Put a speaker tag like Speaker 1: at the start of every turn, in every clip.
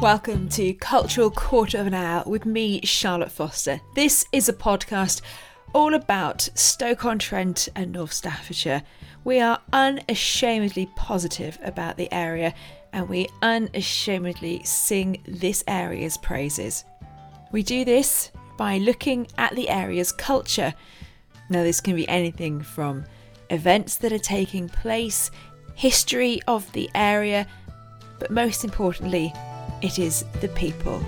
Speaker 1: Welcome to Cultural Quarter of an Hour with me, Charlotte Foster. This is a podcast all about Stoke on Trent and North Staffordshire. We are unashamedly positive about the area and we unashamedly sing this area's praises. We do this by looking at the area's culture. Now, this can be anything from events that are taking place, history of the area, but most importantly, it is the people.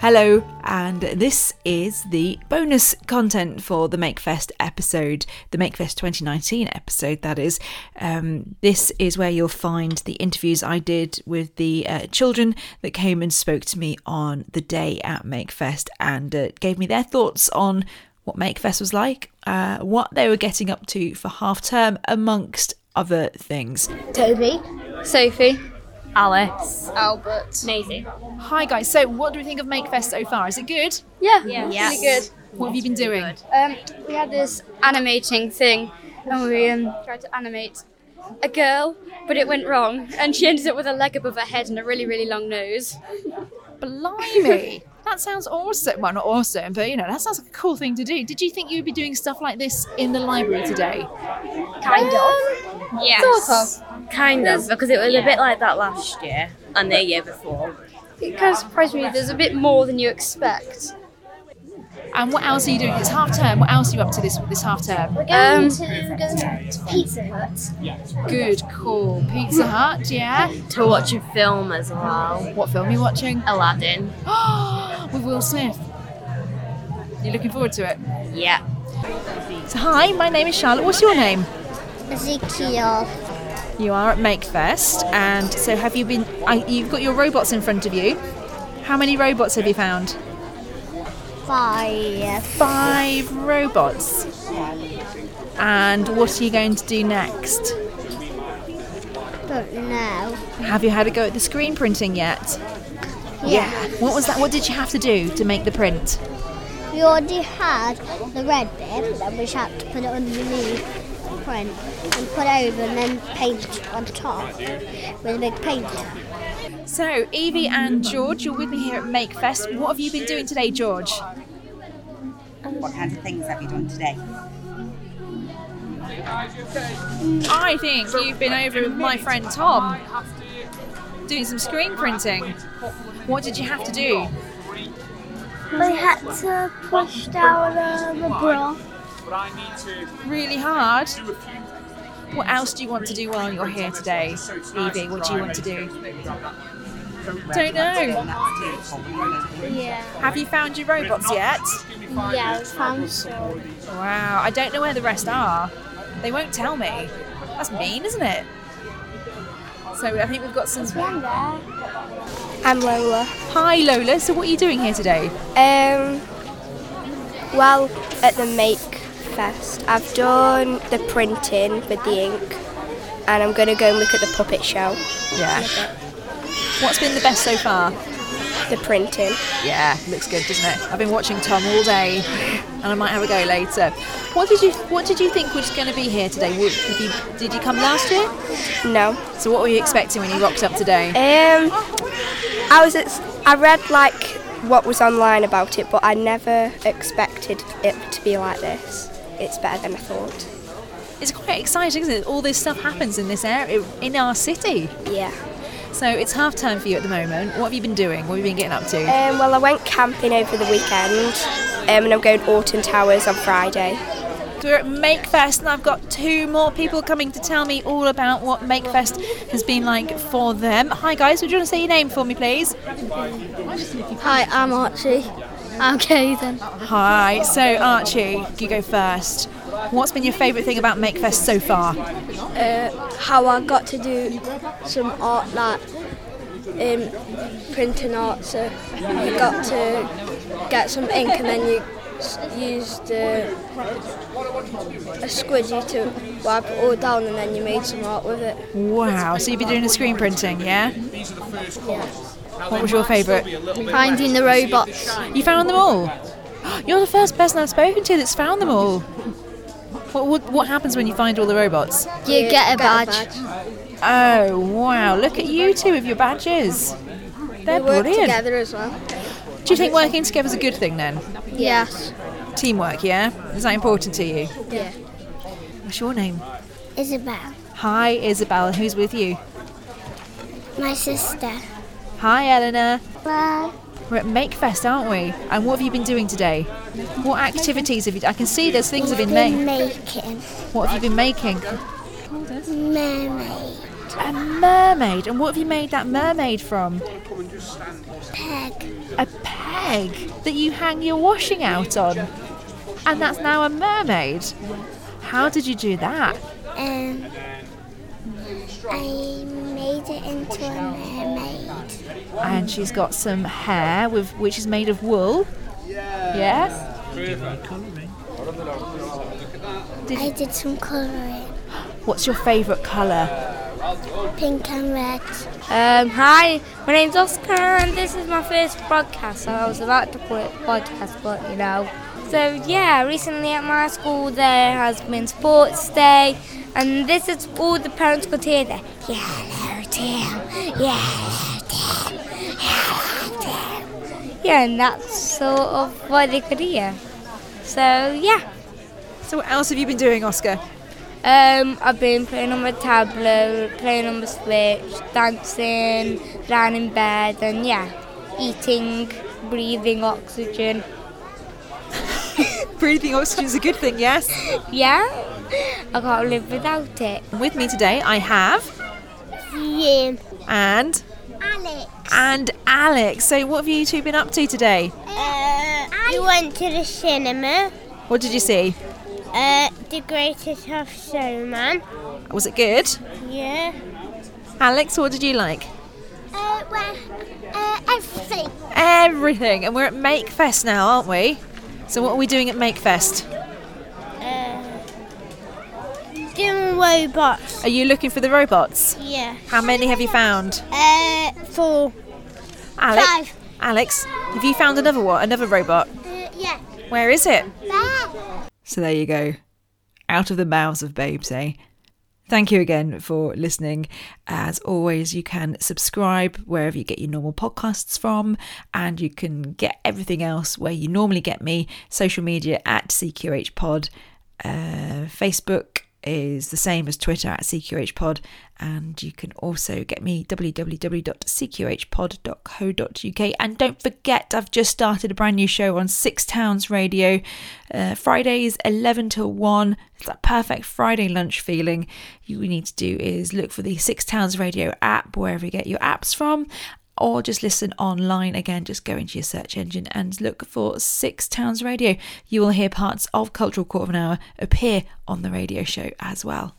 Speaker 1: Hello, and this is the bonus content for the MakeFest episode, the MakeFest 2019 episode, that is. Um, this is where you'll find the interviews I did with the uh, children that came and spoke to me on the day at MakeFest and uh, gave me their thoughts on what MakeFest was like, uh, what they were getting up to for half term, amongst other things.
Speaker 2: Toby.
Speaker 3: Sophie. Alice.
Speaker 2: Albert.
Speaker 3: Maisie.
Speaker 4: Hi guys, so what do we think of MakeFest so far? Is it good?
Speaker 2: Yeah.
Speaker 3: Yes.
Speaker 2: Really good.
Speaker 4: What have you been doing?
Speaker 2: Um, we had this animating thing, and we um, tried to animate a girl, but it went wrong, and she ended up with a leg above her head and a really, really long nose.
Speaker 4: Blimey. that sounds awesome. Well, not awesome, but you know, that sounds like a cool thing to do. Did you think you would be doing stuff like this in the library today?
Speaker 2: Kind of.
Speaker 3: Yes.
Speaker 2: Um, Sort
Speaker 5: Kind of, because it was a bit like that last year and the year before.
Speaker 2: It kind of surprised me. There's a bit more than you expect.
Speaker 4: And what else are you doing? It's half term. What else are you up to this this half term?
Speaker 2: Um,
Speaker 4: Good, cool. Pizza Hut, yeah.
Speaker 5: To watch a film as well.
Speaker 4: What film are you watching?
Speaker 5: Aladdin.
Speaker 4: With Will Smith. You're looking forward to it.
Speaker 5: Yeah.
Speaker 4: So, hi, my name is Charlotte. What's your name?
Speaker 6: Ezekiel.
Speaker 4: You are at MakeFest, and so have you been? I, you've got your robots in front of you. How many robots have you found?
Speaker 6: Five.
Speaker 4: Five robots. And what are you going to do next?
Speaker 6: Don't know.
Speaker 4: Have you had a go at the screen printing yet?
Speaker 6: Yeah.
Speaker 4: What was that? What did you have to do to make the print?
Speaker 6: We already had the red bit, then we just had to put it underneath the print and put over and then paint on top with a big painter.
Speaker 4: So, Evie and George, you're with me here at MakeFest. What have you been doing today, George?
Speaker 7: What kind of things have you done today?
Speaker 4: I think you've been over with my friend Tom doing some screen printing. What did you have to do?
Speaker 6: We had to push down um, a bra.
Speaker 4: really hard. What else do you want to do while you're here today, Evie? What do you want to do? Don't know.
Speaker 6: Yeah.
Speaker 4: Have you found your robots yet?
Speaker 6: Yeah, we found some.
Speaker 4: Wow, I don't know where the rest are. They won't tell me. That's mean, isn't it? So I think we've got some.
Speaker 6: One there. I'm Lola.
Speaker 4: Hi Lola, so what are you doing here today?
Speaker 8: Um, well, at the Make Fest, I've done the printing with the ink, and I'm going to go and look at the puppet show.
Speaker 4: Yeah. What's been the best so far?
Speaker 8: The printing.
Speaker 4: Yeah, looks good, doesn't it? I've been watching Tom all day, and I might have a go later. What did you What did you think was going to be here today? Would- Did you, did you come last year?
Speaker 8: No.
Speaker 4: So what were you expecting when you rocked up today?
Speaker 8: Um, I was. At, I read like what was online about it, but I never expected it to be like this. It's better than I thought.
Speaker 4: It's quite exciting, isn't it? All this stuff happens in this area, in our city.
Speaker 8: Yeah.
Speaker 4: So it's half time for you at the moment. What have you been doing? What have you been getting up to?
Speaker 8: Um, well, I went camping over the weekend, um, and I'm going Orton Towers on Friday.
Speaker 4: We're at MakeFest, and I've got two more people coming to tell me all about what MakeFest has been like for them. Hi guys, would you want to say your name for me, please?
Speaker 6: Hi, I'm Archie. I'm Caden.
Speaker 4: Hi. So Archie, you go first. What's been your favourite thing about MakeFest so far?
Speaker 8: how I got to do some art like um, printing art. So you got to get some ink and then you s- used uh, a squidgy to wipe it all down and then you made some art with it.
Speaker 4: Wow. So you've been doing a screen printing, yeah? What was your favourite?
Speaker 2: Finding the robots.
Speaker 4: You found them all. You're the first person I've spoken to that's found them all. What, what, what happens when you find all the robots?
Speaker 9: You get a badge.
Speaker 4: Oh, wow. Look at you two with your badges. They're
Speaker 8: we work
Speaker 4: brilliant.
Speaker 8: together as well.
Speaker 4: Do you think working together is a good thing then?
Speaker 8: Yes.
Speaker 4: Teamwork, yeah? Is that important to you?
Speaker 8: Yeah.
Speaker 4: What's your name?
Speaker 9: Isabel,
Speaker 4: Hi, Isabel. Who's with you?
Speaker 9: my sister.
Speaker 4: Hi, Eleanor.
Speaker 9: Well,
Speaker 4: We're at Makefest, aren't we? And what have you been doing today? What activities have you? I can see there's things have been made.
Speaker 9: making
Speaker 4: What have you been making?
Speaker 9: mermaid
Speaker 4: A mermaid. And what have you made that mermaid from?
Speaker 9: peg.
Speaker 4: A peg that you hang your washing out on. And that's now a mermaid. How did you do that?
Speaker 9: Um, I made it into a mermaid.
Speaker 4: And she's got some hair with which is made of wool. Yes.
Speaker 9: I did some colouring,
Speaker 4: What's your favourite colour?
Speaker 9: pink and red.
Speaker 5: Um, hi, my name's Oscar, and this is my first broadcast. I was about to call it podcast, but you know. So yeah, recently at my school there has been sports day, and this is all the parents could hear there. Yellow team, yellow team, yellow team. Yeah, and that's sort of what they could hear. So yeah.
Speaker 4: So what else have you been doing, Oscar?
Speaker 5: Um, I've been playing on my tablet, playing on my Switch, dancing, lying in bed, and yeah, eating, breathing oxygen.
Speaker 4: Breathing oxygen's a good thing, yes.
Speaker 5: Yeah, I can't live without it.
Speaker 4: With me today, I have
Speaker 9: Yeah.
Speaker 4: and
Speaker 9: Alex.
Speaker 4: and Alex. So what have you two been up to today?
Speaker 9: Uh, you went to the cinema.
Speaker 4: What did you see?
Speaker 9: Uh, the greatest of showman.
Speaker 4: Was it good?
Speaker 9: Yeah.
Speaker 4: Alex, what did you like?
Speaker 9: Uh, well, uh, everything.
Speaker 4: Everything. And we're at Makefest now, aren't we? So what are we doing at Makefest?
Speaker 9: Uh, Doing robots.
Speaker 4: Are you looking for the robots?
Speaker 9: Yeah.
Speaker 4: How many have you found?
Speaker 9: Uh, four.
Speaker 4: Alex.
Speaker 9: Uh, Five.
Speaker 4: Alex, have you found another what? Another robot?
Speaker 9: Uh, yeah.
Speaker 4: Where is it?
Speaker 9: There.
Speaker 1: So there you go. Out of the mouths of babes, eh? Thank you again for listening. As always, you can subscribe wherever you get your normal podcasts from, and you can get everything else where you normally get me. Social media at CQH Pod. Uh, Facebook is the same as Twitter at CQH Pod, and you can also get me www.cqhpod.co.uk. And don't forget, I've just started a brand new show on Six Towns Radio, uh, Fridays 11 till 1. It's that perfect Friday lunch feeling. You need to do is look for the Six Towns Radio app wherever you get your apps from or just listen online again just go into your search engine and look for six towns radio you will hear parts of cultural quarter of an hour appear on the radio show as well